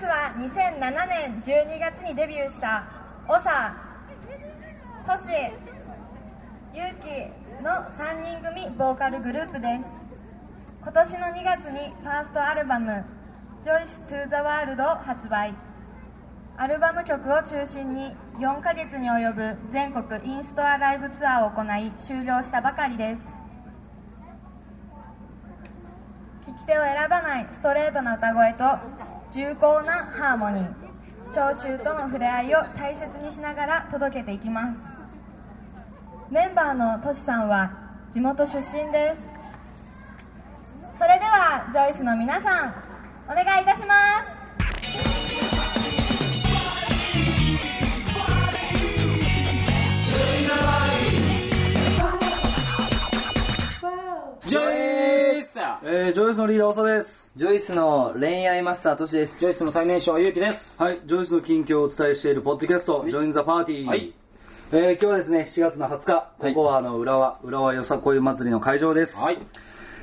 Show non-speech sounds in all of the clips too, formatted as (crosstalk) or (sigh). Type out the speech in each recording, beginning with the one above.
2007年12月にデビューした長トシユウキの3人組ボーカルグループです今年の2月にファーストアルバム「Joyce to the World」を発売アルバム曲を中心に4ヶ月に及ぶ全国インストアライブツアーを行い終了したばかりです聴き手を選ばないストレートな歌声と重厚なハーモニー聴衆との触れ合いを大切にしながら届けていきますメンバーのトシさんは地元出身ですそれではジョイスの皆さんお願いいたしますジョイスえー、ジョイスのリーダー、長田です。ジョイスの恋愛マスタートシですジョイスの最年少ゆうきですはい、ジョイスの近況をお伝えしているポッドキャスト、ジョインザパーティー。はいえー、今日はですね、7月の20日、ここはあの、浦和、浦和よさこい祭りの会場です。はい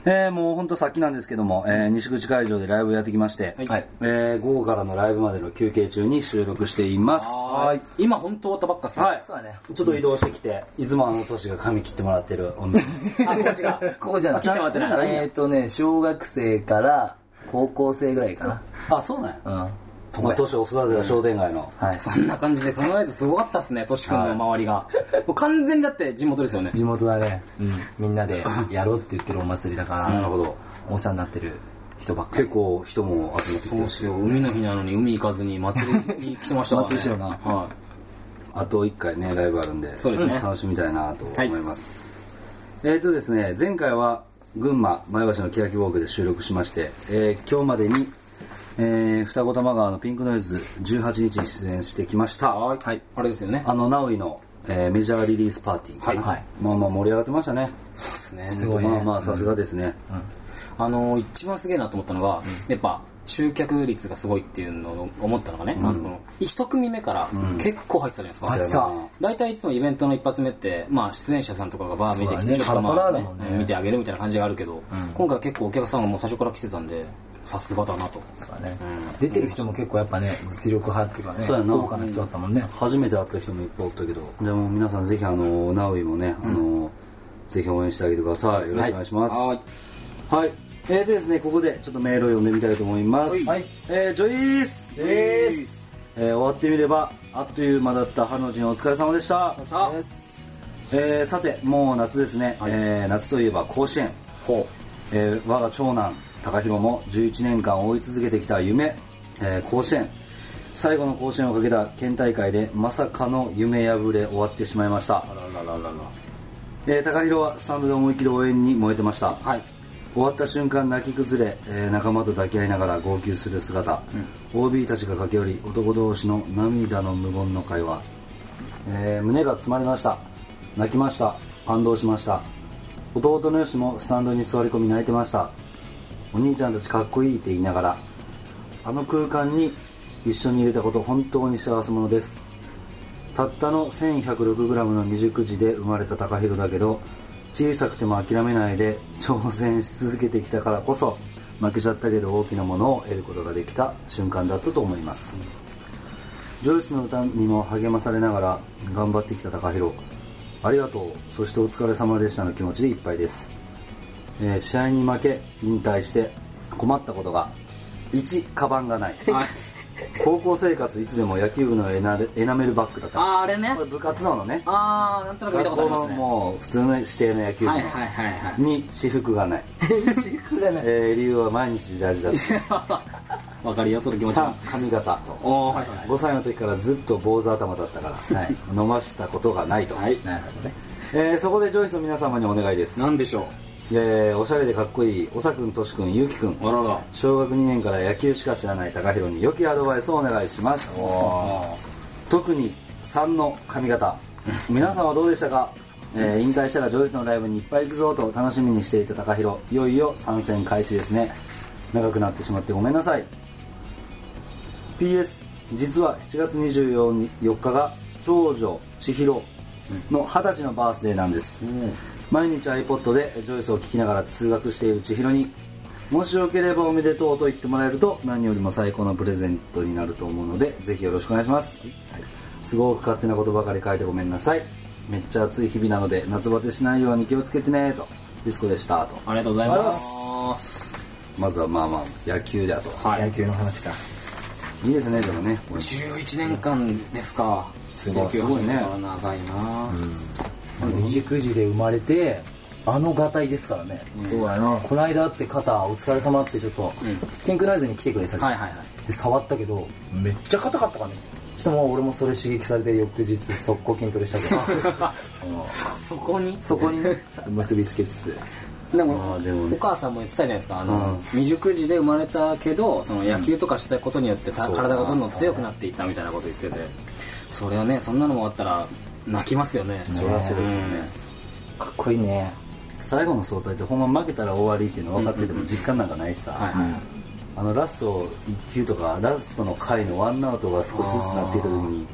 えー、もう本当さっきなんですけども、えー、西口会場でライブをやってきまして、はいえー、午後からのライブまでの休憩中に収録しています。はい今本当終わったばっかっすねはい、そうだねちょっと移動してきて、いつもあの、トシが髪切ってもらってる (laughs) お店。あ (laughs) こっちがここじゃないあちょっと待ってなえっ、ー、とね小学生から高校生ぐらいかあ、そうなんや。なうんまあ、トシを育てた商店街の。はいそんな感じで考えずすごかったっすねとし君の周りがもう完全にだって地元ですよね地元だね、うん、みんなでやろうって言ってるお祭りだからなるほど。お世話になってる人ばっかり結構人も集まってきそてうっすよ海の日なのに海行かずに祭りに来てましたからね (laughs) 祭りしてるなはあと1回ねライブあるんでそうですねん楽しみたいなと思います、えっ、とですね前回は群馬前橋の欅ウォークで収録しまして、えー今日までに、えー二子玉川のピンクノイズ18日に出演してきましいたはいはいあれですよねあのナウイの、えーメジャーリリースパーティーかなはいはいまあまあ盛り上がってましたねそうっすねすごいねまあまあさすがですね、あの一番すげえなと思ったのが、やっぱ集客率がすごいっていうのを思ったのがね、あの一組目から結構入ってたじゃないですか、入ってた大体いつもイベントの一発目って、まあ、出演者さんとかがバー見てきそうて、だねちょっとまあ、パラパラだもんね見てあげるみたいな感じがあるけど、今回は結構お客さんがもう最初から来てたんでさすがだなととかね、出てる人も結構やっぱね実力派っていうかねそうやな豪華な人だったもんね、初めて会った人もいっぱいおったけどでも皆さんぜひあのナウイもね、あのぜひ応援してあげてくださいよろしくお願いします、はいはい。えーとですね、ここでちょっとメールを読んでみたいと思います。はいえージョイースジョイスえー終わってみれば、あっという間だった春の陣お疲れ様でした。さあえーさて、もう夏ですね。えー夏といえば甲子園。ほえー我が長男、高弘も11年間追い続けてきた夢、えー甲子県最後の甲子園をかけた県大会でまさかの夢破れ終わってしまいました。えー高弘はスタンドで思い切り応援に燃えてました。うはい終わった瞬間泣き崩れ、えー仲間と抱き合いながら号泣する姿、OB たちが駆け寄り男同士の涙の無言の会話、えー胸が詰まりました泣きました感動しました弟のよしもスタンドに座り込み泣いてましたお兄ちゃんたちかっこいいって言いながらあの空間に一緒に入れたこと本当に幸せ者ですたったの 1106g の未熟児で生まれた高弘だけど小さくても諦めないで挑戦し続けてきたからこそ負けちゃったけど大きなものを得ることができた瞬間だったと思いますジョイスの歌にも励まされながら頑張ってきた高弘ありがとうそしてお疲れ様でしたの気持ちでいっぱいです、えー試合に負け引退して困ったことが1カバンがないはい高校生活いつでも野球部のエナルエナメルバッグだったあーあれねこれ部活動のねああなんとなく見た学ことありま校のすねもう普通の指定の野球部はいはいはいはいに私服 (laughs) がない、えー理由は毎日ジャージだった (laughs) わかりやすい気持ち3髪型おおはいはい5歳の時からずっと坊主頭だったから、はい飲ましたことがないと、はいなるほどねえーそこでジョイスの皆様にお願いです、なんでしょえーおしゃれでかっこいい長くんとしくんゆうきくんうあらら小学2年から野球しか知らない高弘に良きアドバイスをお願いします特に3の髪型皆さんはどうでしたか、えー引退したらジョイスのライブにいっぱい行くぞと楽しみにしていた高弘いよいよ参戦開始ですね長くなってしまってごめんなさい PS 実は7月24日が長女千尋の二十歳のバースデーなんです、毎日 iPod でジョイスを聴きながら通学している千尋にもしよければおめでとうと言ってもらえると何よりも最高のプレゼントになると思うのでぜひよろしくお願いします、すごく勝手なことばかり書いてごめんなさいめっちゃ暑い日々なので夏バテしないように気をつけてねとディスコでしたとありがとうございますまずはまあまあ野球だとはい野球の話かいいですねでもねこれ11年間ですかすごい野球始めたから長いな二十九時で生まれてあのがたいですからねそうやなこの間会って肩お疲れ様ってちょっと、んピンクナイズに来てくれてた、はいはいはいで触ったけどめっちゃ硬かったからねちょっともう俺もそれ刺激されて翌日速攻筋トレしたけど (laughs) そこにそこにねちょっと結びつけつつであもーでもお母さんも言ってたじゃないですかあの、未熟児で生まれたけどその野球とかしたことによってた、体がどんどん強くなっていったみたいなこと言っててそれはねそんなのもあったら泣きますよねそりゃそうですよねかっこいいね最後の総体ってほんま負けたら終わりっていうの分かってても実感なんかないしさ、はいはいあのラスト1球とかラストの回のワンアウトが少しずつなっていた時に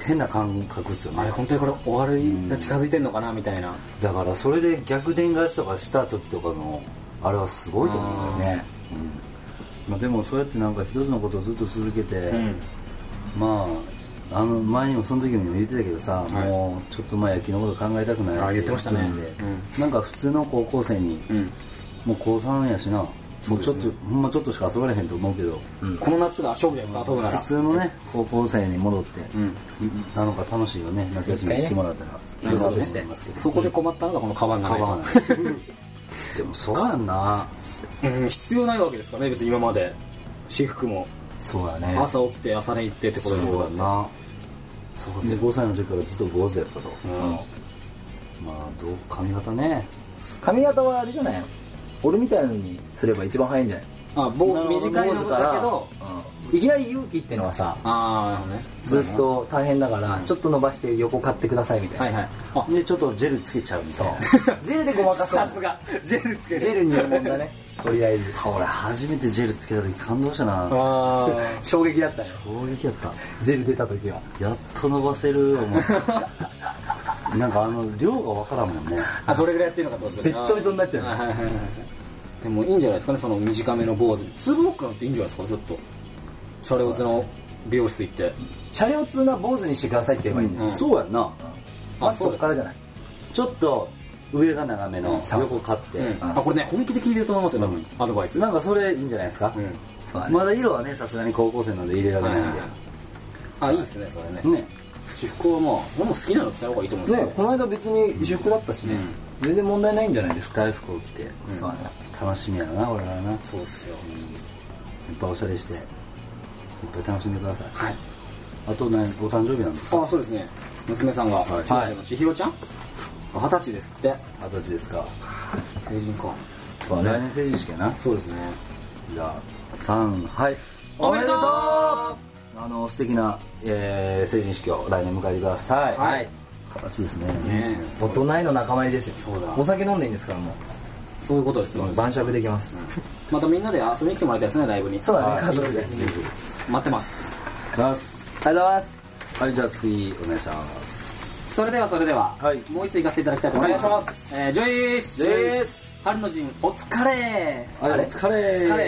変な感覚ですよあれね本当にこれ終わりが近づいてんのかなみたいなだからそれで逆転勝ちとかした時とかのあれはすごいと思うんだよね、うんまあ、でもそうやってなんか一つのことをずっと続けて、まああの前にもその時にも言ってたけどさ、もうちょっと前野球のこと考えたくないあ言ってましたね言ってたんでなんか普通の高校生に、んもう高3やしなもうちょっとほんまちょっとしか遊ばれへんと思うけど、この夏が勝負じゃないですか遊ぶな普ら通のね高校生に戻って、なのか楽しいよね夏休みしてもらったら、なるほどねそこで困ったのがこのカバンがカないバンでもそうやんなうん必要ないわけですからね別に今まで私服もそうだね朝起きて朝練行ってってことでしそうょだなそうですで5歳の時からずっと坊主やったと、まあどう髪型ね髪型はあれじゃない俺みたいなのにすれば一番早いんじゃないあ棒短い坊の主だからけどうんいきなり勇気ってのはさああなるほどねずっと大変だからちょっと伸ばして横買ってくださいみたいな、はいはいあでちょっとジェルつけちゃうみたいなジェルでごまかそうさすがジェルつけジェル入門だねとりあえず俺初めてジェルつけた時感動したなあ衝撃だったよ衝撃やったジェル出た時はやっと伸ばせる思うなんかあの量が分からんもんねあどれぐらいやってるのかどうするべっとべとになっちゃうはいはいはいはいでもいいんじゃないですかねその短めの坊主ツーブロックなんていいんじゃないですかちょっとシャレオツの美容室行ってシャレオツな坊主にしてくださいって言えばいいんだよ、うんそうやんなまずそこからじゃないちょっと上が長めのそう横買って、うんあこれね本気で聞いてると思いますよ多分アドバイスなんかそれいいんじゃないですか、うんそうだねまだ色はねさすがに高校生なんで入れられないんで、あいいですねそれねね私服はまあ俺も好きなの着た方がいいと思うんですねこの間別に私服だったしね、全然問題ないんじゃないですか大服を着て、そうだね楽しみやな俺らはないっけどそうっすよぱいおしゃれしていっぱい楽しんでくださいはいあと何お誕生日なんですかあそうですね娘さんが、はい千歳の千尋ちゃん二十歳ですって二十歳ですか成人か来年成人式やなそうですねじゃあ3はいおめでとうあの素敵な、えー成人式を来年迎えてくださいはい二十歳ですねねいいです大人への仲間入りですよそうだお酒飲んでいいんですからもそういうことですよう晩酌できます、またみんなで遊びに来てもらいたいですねライブにそうだねはい家族で待ってますますありがとうございますはいじゃあ次お願いしますそれではそれでは、はいもう一つ行かせていただきたいと思いますお願いします、えー、ジョイスジョイス春の陣お疲れはいお疲れ疲れ疲れイ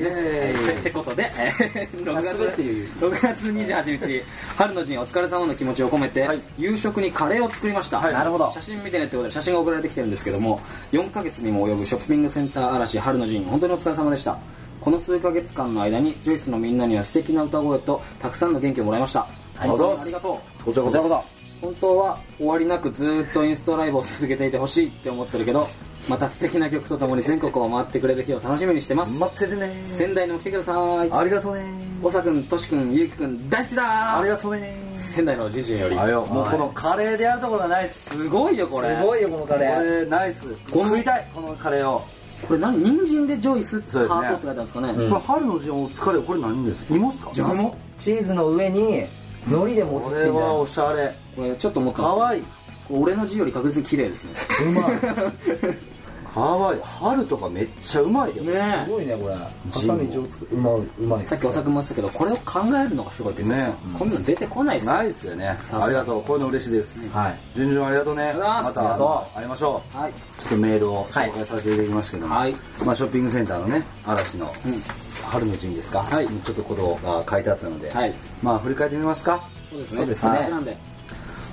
エーイってことで、えー、6, 月滑ってるよ6月28日春の陣お疲れ様の気持ちを込めて、はい夕食にカレーを作りました、はいなるほど写真見てねってことで写真が送られてきてるんですけども4ヶ月にも及ぶショッピングセンター嵐春の陣本当にお疲れ様でしたこの数ヶ月間の間にジョイスのみんなには素敵な歌声とたくさんの元気をもらいましたりがとうございますありがとうこちらこそ本当は終わりなくずーっとインストライブを続けていてほしいって思ってるけどまた素敵な曲とともに全国を回ってくれる日を楽しみにしてます待っててね仙台にも来てくださいありがとうねおさくんとしくんゆうきくん大好きあだーりがとうね仙台のじんじんよりあよもうこのカレーでやるところはないっすすごいよこれすごいよこのカこレーれナイスこの食いたいこのカレーをこれ何人参でジョイスってそうですねハートって書いてあるんですかね、これ春の時お疲れこれ何です芋っすかじゃがいもチーズの上に海苔でもちこってれんじゃはないおしゃれこれちょっと思ったんかですわいいけど俺の字より確実に綺麗ですねうまいハワイ春とかめっちゃうまいよね (laughs) ねすごいねこれハジンボサミ上手くうまいうまいえさっきおさくも言ってたけどこれを考えるのがすごいですねねこんなの出てこないですないっすよねさすがありがとうこういうの嬉しいです、はい順々ありがとうねりがとうございますたありがと会いましょう、はいちょっとメールを紹介させていただきましたけども、はいまあ、ショッピングセンターのね嵐の、ん春の陣ですか、はいにちょっとことが書いてあったので、はいまあ振り返ってみますかそうですねそうですねせっかくなんで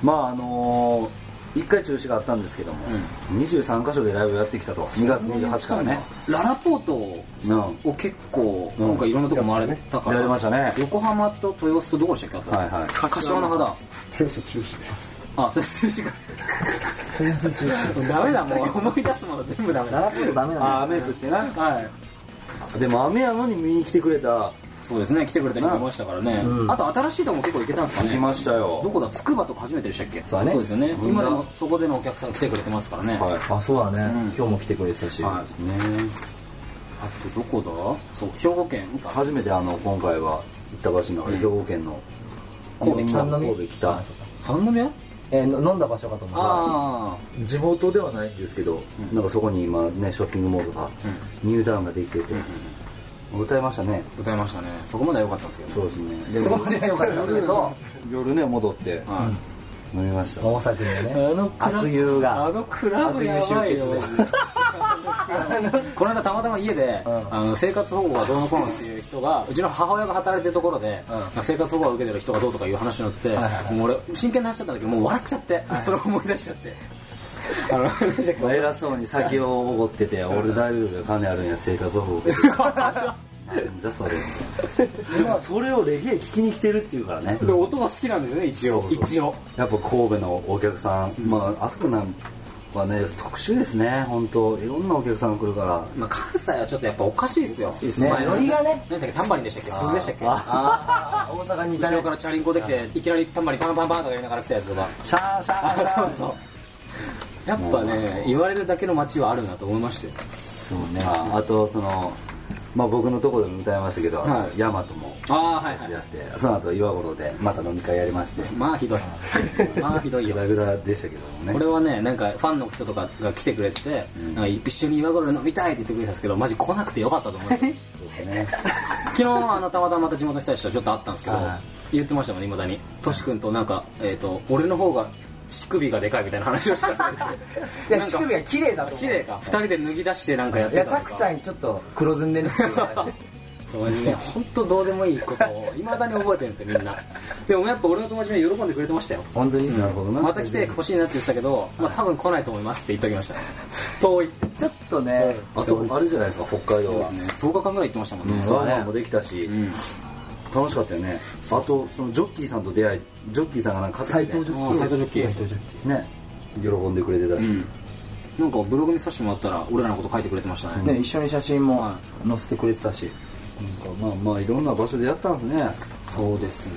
まああのー、1回中止があったんですけども、23箇所でライブをやってきたと2月28日からねララポートをうんを結構うん今回いろんなとこ回れたから、やりましたね横浜と豊洲とどこでしたっけあと、はいはい柏の肌ペース中止あ豊洲中止か豊洲中心ダメだもう思い出すもの全 (laughs) 部ダメラだラポートダメあな雨降ってなはいでも雨やのに見に来てくれたそうですね来てくれた人もいましたからね、うんあと新しいとこも結構行けたんですかね行きましたよどこだつくばとか初めてでしたっけそうだねですよねんな今でもそこでのお客さん来てくれてますからね、はいのあそうだね、ん今日も来てくれてたし、そうですねあとどこだそう兵庫県か初めてあの今回は行った場所の中で兵庫県の神戸北三宮神戸北あそうか三宮えーの飲んだ場所かと思っあ地元ではないんですけど、なんかそこに今ねショッピングモールがニュータウンができてて、歌いましたねあ歌いましたねそこまでは良かったんですけどねそうですねでそこもまでは良かったんだけど、夜ね戻ってはい飲みましたた大崎のねクラブ悪友があのクラブやばいよ悪友集結この間たまたま家で、んあの生活保護がどうのこうのっていう人がうちの母親が働いてるところで、生活保護を受けてる人がどうとかいう話になって、もう俺真剣な話だったんだけどもう笑っちゃって、それを思い出しちゃってあの何でしたっけまあ偉そうに酒をおごってて俺大丈夫よ金あるんや生活 (laughs) 保護受けてるなんじゃそれみたいなでもそれをレゲエ聞きに来てるっていうからねで音が好きなんですよね一応一応やっぱ神戸のお客さん、まああそこなんはね特殊ですね本当いろんなお客さんが来るからまあ、関西はちょっとやっぱおかしいですよいいっすねねまあノリがね何でしたっけタンバリンでしたっけ鈴でしたっけあー大阪にいた後ねろからチャリンコできていきなりタンバリンパンパンパンとかやりながら来たやつとかシャーシャあそうそうやっぱね言われるだけの街はあるなと思いましてそうねああとそのまあ僕のところでも歌いましたけど、はいヤマトもああはいやってその後岩五郎でまた飲み会やりましてまあひどいまあひどいグよダグダでしたけどもねこれはねなんかファンの人とかが来てくれてて、なんか一緒に岩頃で飲みたいって言ってくれたんですけどマジ来なくてよかったと思います (laughs) そうですね昨日あのたまたままた地元の人たちとちょっと会ったんですけど、は言ってましたもんねいまだにトシ君となんか、えー、と俺の方が乳首がでかいみたいな話をしたいや乳首が綺麗だと思う綺麗か2人で脱ぎ出してなんかやっいてやたタとクかちゃんにちょっと黒ずんでるっていうねそうマジね本当どうでもいいことをいまだに覚えてるんですよみんなでもやっぱ俺の友達も喜んでくれてましたよ (laughs) 本当になるほどなまた来てほしいなって言ってたけど、まあ、多分来ないと思いますって言っときました遠いちょっとねあとあれじゃないですか北海道は10日間ぐらい行ってましたもんね、うんそうだねワンマンもできたし、ん楽しかったよねあとそのジョッキーさんと出会いジョッキーさんがなんか斎勝手藤にジねョッキ斎藤ージョッキー斎藤ジョッキね喜んでくれてたし、うんなんかブログにさせてもらったら俺らのこと書いてくれてましたねーね一緒に写真も載せてくれてたしなんかまあまあいろんな場所でやったんですねはいそうですね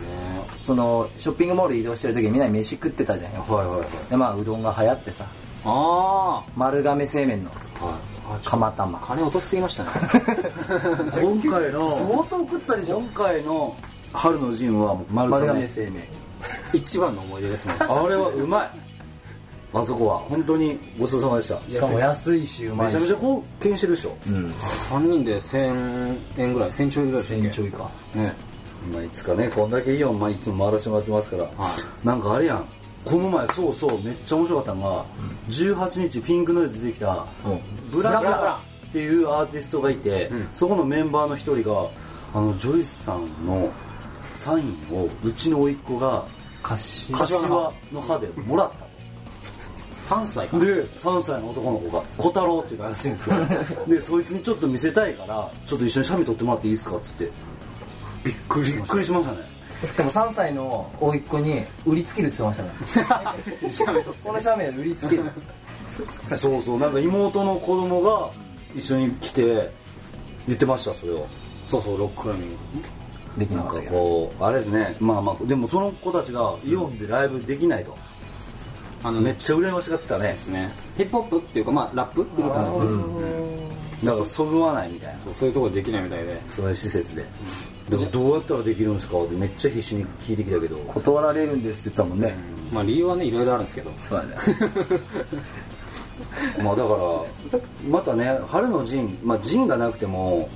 そのショッピングモール移動してる時みんな飯食ってたじゃんよはいはいでまあうどんが流行ってさあ丸亀製麺のはい釜玉あ金落としすぎましたね (laughs) 今回の当食ったで今回の春の陣はもう丸丸亀亀製麺一番の思い出ですねあれはうまい (laughs) あそこは本当にごちそうさまでしたしかも安いしうまめいちしゃめちゃ貢献してるでしょうん3人で1000円ぐらい1000ちょいぐらいでしたっけ千ちょいかねまあいつかねこんだけイオン、まあ、いつも回らせてもらってますから、なんかあれやんこの前そうそうめっちゃ面白かったのが、18日ピンクノイズでできた、うんブラブブラブララっていうアーティストがいて、そこのメンバーの一人があのジョイスさんのサインをうちの甥っ子が菓子柏の歯でもらった3歳かなで3歳の男の子が「小太郎」っていうらしいんですけどでそいつにちょっと見せたいからちょっと一緒に写メ撮ってもらっていいですかっつってびっくりしびっまくりしましたねしかも3歳の甥っ子に売りつけるって言ってましたねした (laughs) この写メ売りつけるそうそうなんか妹の子供が一緒に来て言ってましたそれをそうそうロッククライミングできななんかっかたけどこうあれですねまあまあでもその子たちがイオンでライブできないと、あのめねっちゃ羨ましがってたねですねヒップホップっていうかまあラップグループなんですねなんかそぐわないみたいなそうそういうところできないみたいでそういう施設で、でもどうやったらできるんですかってめっちゃ必死に聞いてきたけど断られるんですって言ったもんねまあ理由はねいろいろあるんですけどそうだねまあだからまたね春の陣まあ陣がなくても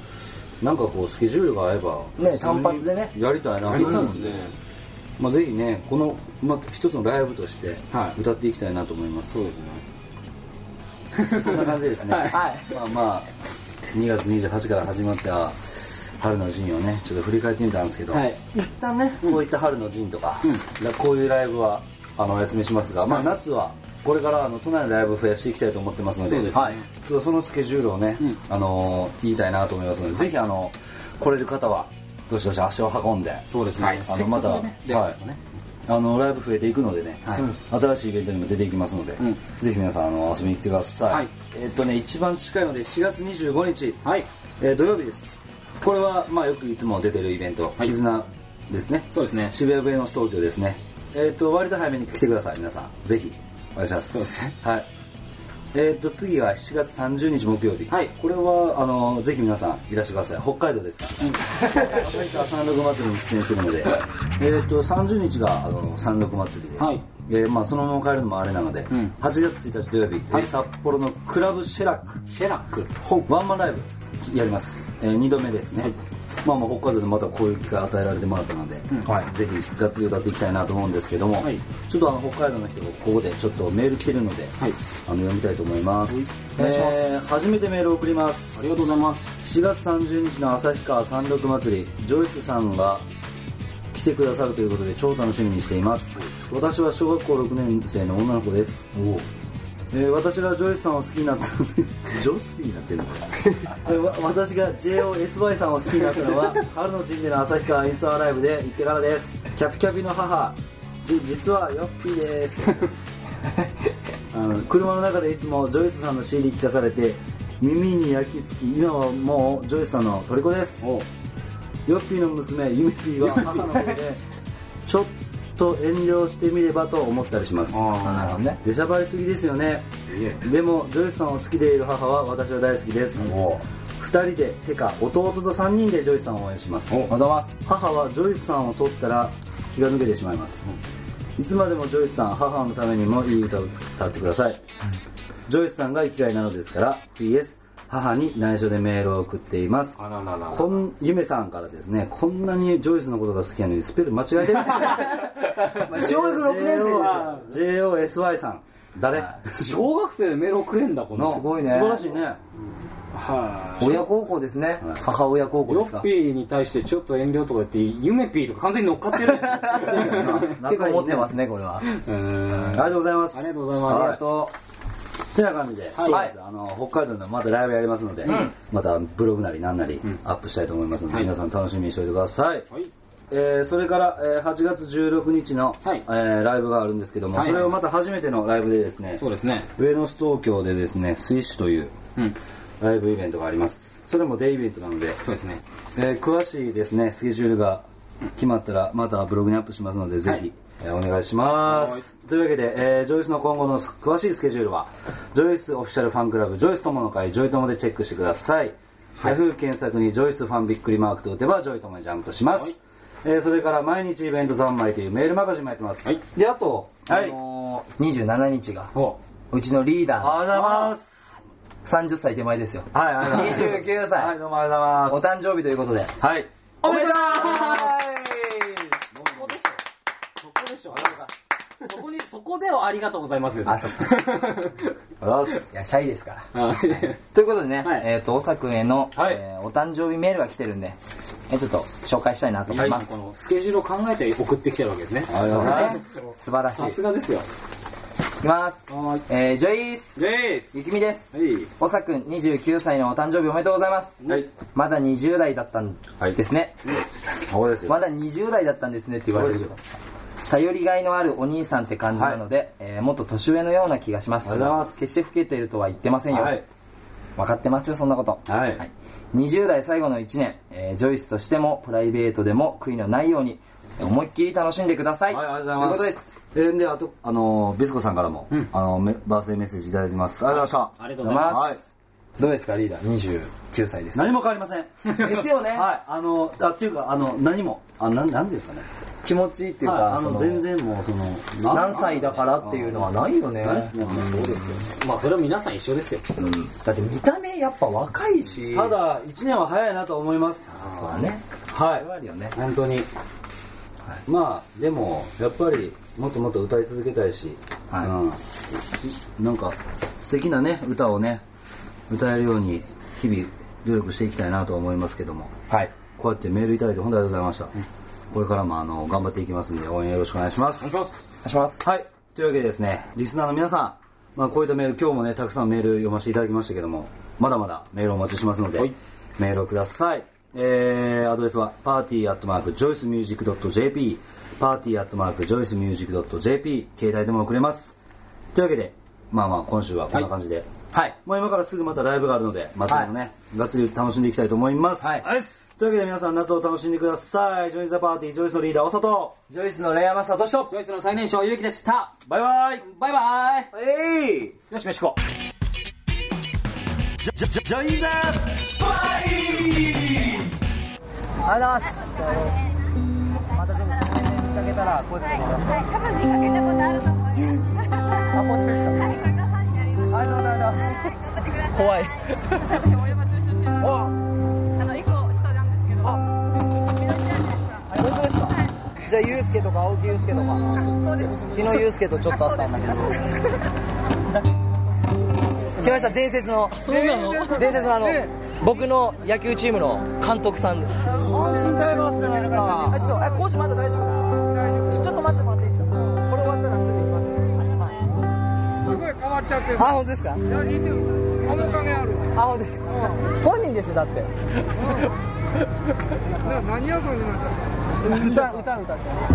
なんかこうスケジュールが合えばね単発でねやりたいなやりたいですねまあぜひねこのまあ一つのライブとしてはい歌っていきたいなと思います、そうですねそんな感じですねはいはいまあまあ2月28日から始まった春の陣をねちょっと振り返ってみたんですけど、はい一旦ねこういった春の陣とか、こういうライブはあのお休みしますが、まあ、夏はこれからあの都内のライブ増やしていきたいと思ってますのでそうですねはい、ちょっとそのスケジュールをね、あの言いたいなと思いますのでぜひあの来れる方はどしどし足を運んでそうですねはいあのまた、じゃないはですかねいあのライブ増えていくのでね、新しいイベントにも出ていきますので、んぜひ皆さんあの遊びに来てください、はいえっとね一番近いので4月25日、はいえー土曜日ですこれは、まあ、よくいつも出てるイベント「い絆」ですねそうですね渋谷ブエノス東京ですねえっと割と早めに来てください皆さんぜひお願いしますそうですねはいえっと次は7月30日木曜日、はいこれはあのぜひ皆さんいらしてください北海道です旭川三六祭りに出演するので、えー、と30日があの三六祭りで、はいえーまあ、そのまま帰るのもあれなので、ん8月1日土曜日、えーはい札幌のクラブシェラックシェラックワンマンライブやります、え2度目ですね、まあ、まあ北海道でまたこういう機会与えられてもらったので、はい、ぜひがっつり歌っていきたいなと思うんですけども、はいちょっとあの北海道の人ここでちょっとメール来てるので、はいあの読みたいと思います、はいお願いしますえー初めてメールを送りますありがとうございます4月30日の旭川三六祭りジョイスさんが来てくださるということで超楽しみにしています私は小学校6年生の女の子ですえー私がジョイスさんを好きになったのでジョイスにな (laughs) ってるのかえーわ私が JOSY さんを好きになったのは春の陣での旭川インスタライブで行ってからですキャピキャピの母じ実はヨッピーです (laughs) あの車の中でいつもジョイスさんの CD 聞かされて耳に焼き付き今はもうジョイスさんの虜ですおうヨッピーの娘ゆめぴーは母の方でちょっと遠慮してみればと思ったりしますあなるほどね出しゃばりすぎですよねいえでもジョイスさんを好きでいる母は私は大好きです2人でてか弟と3人でジョイスさんを応援しますおはようございます母はジョイスさんを取ったら気が抜けてしまいます、いつまでもジョイスさん母のためにもいい歌を歌ってください、ジョイスさんが生きがいなのですから PS 母に内緒でメールを送っていますあらららこんゆめさんからですねこんなにジョイスのことが好きなのにスペル間違えてるんですよまあ小学6年生ですよ JOSY さん誰小学生でメール送れんだこののすごいね素晴らしいねは親孝行ですね母親孝い行でヨすかッピーに対してちょっと遠慮とか言ってゆめぴーとか完全に乗っかってる (laughs) んですよ結構持ってますねこれはうーあんりがとうございますありがとうございますはあとてな感じで、いそうですあの北海道でまたライブやりますので、またブログなりなんなりアップしたいと思いますので、はい皆さん楽しみにしておいてください、はいえーそれから、えー8月16日の、はいえーライブがあるんですけども、はいそれをまた初めてのライブでですねそうですねウェノス東京でですねスイッシュといううんライブイベントがありますそれもデイイベントなので、そうですねえー詳しいですねスケジュールが決まったらまたブログにアップしますのでぜひ、はいえーお願いしますというわけで、えージョイスの今後の詳しいスケジュールはジョイスオフィシャルファンクラブジョイス友の会ジョイ友でチェックしてください、Yahoo 検索にジョイスファンびっくりマークと打てばジョイ友にジャンプします、はいえーそれから毎日イベント三昧というメールマガジンもやってます、はいであと、はいあのー、27日がおうちのリーダありがとうーございます30歳手前ですよはいありがとうございます29歳はいどうもありがとおうござい誕生日ということでますはいおめでとうそこでしょそこにそこではありがとうございますですあ (laughs) そっかありがとうございますいやシャイですからあいやいやということでね、はいえっ、と、おさくんへの、はいえーお誕生日メールが来てるんで、えーちょっと紹介したいなと思い皆まさす。んこのスケジュールを考えて送ってきてるわけですねありがとうございますそうね素晴らしい。さいすがですよきますはーい。えージョイス、レースゆきみです。はいおさくん29歳のお誕生日おめでとうございます。はいまだ20代だったんですね。ここですよまだ20代だったんですねって言われるそうで頼りがいのあるお兄さんって感じなので、えーもっと年上のような気がしまあすりがとうございます決して老けてるとは言ってませんよ、はい分かってますよそんなことはい20代最後の1年、えージョイスとしてもプライベートでも悔いのないように思いっきり楽しんでください、はい、ありがとうございます。というえこーで、あと、あのー、ビスコさんからも、あのー、メバースデーメッセージいただきます。ありがとうございました。ありがととうでごござざいいま、ますどうですかリーダー29歳です何も変わりません。ですよねはい、あのー、あ、っていうか、あの、何も、あ、なん、なんていうんですかね。気持ちいいっていうはいかあそのの全然もうそのな何歳だからっていうのはないよねないっすねもうそうですよねまあそれは皆さん一緒ですよきっとだって見た目やっぱ若いしただ1年は早いなと思いますそうだねはあるよね本当に、まあでもやっぱりもっともっと歌い続けたいし、はいうん、なんか素敵なね歌をね歌えるように日々努力していきたいなと思いますけどもはいこうやってメールいただいて本当にありがとうございました、これからもあの頑張っていきますんで応援よろしくお願いしますお願いしますはいというわけでですねリスナーの皆さん、まあ、こういったメール今日もねたくさんメール読ませていただきましたけどもまだまだメールをお待ちしますので、メールをくださいえー、アドレスは party.joycemusic.jp party.joycemusic.jp 携帯でも送れますというわけでまあまあ今週はこんな感じで、はいもう今からすぐまたライブがあるのでまあそれもね、がっつり楽しんでいきたいと思います、はいというわけで皆さん夏を楽しんでくださいジョインザパーティージョイスのリーダー大里ジョイスのレアマスターとしとドイツの最年少ゆうきでしたバイバイバイバイえいよし飯行こうありがとうございますまたジョイス見かけたらこうやってください多分見かけたことあると思います。あ本当ですかはい、これがファンになりまあす。りがとうございます頑張ってください。 (laughs) 怖い私、大山中出身なので、ああの、一個下なんですけど。みのりちゃんですか。本当ですかじゃあユースケとか青木ユースケとかそうです。昨日ユースケとちょっと会ったんだけど来ました伝説のそうなの伝説のあの僕の野球チームの監督さんです阪神タイガースじゃないですかあちょっとあコーチまだ大丈夫ですかちょっと待ってもらっていいですかこれ終わったらすぐ行きますすごい変わっちゃってるあ本当ですかいや似てる面影あるあ本当ですか本人ですよだってな何屋さんになっちゃった歌歌歌ってますあ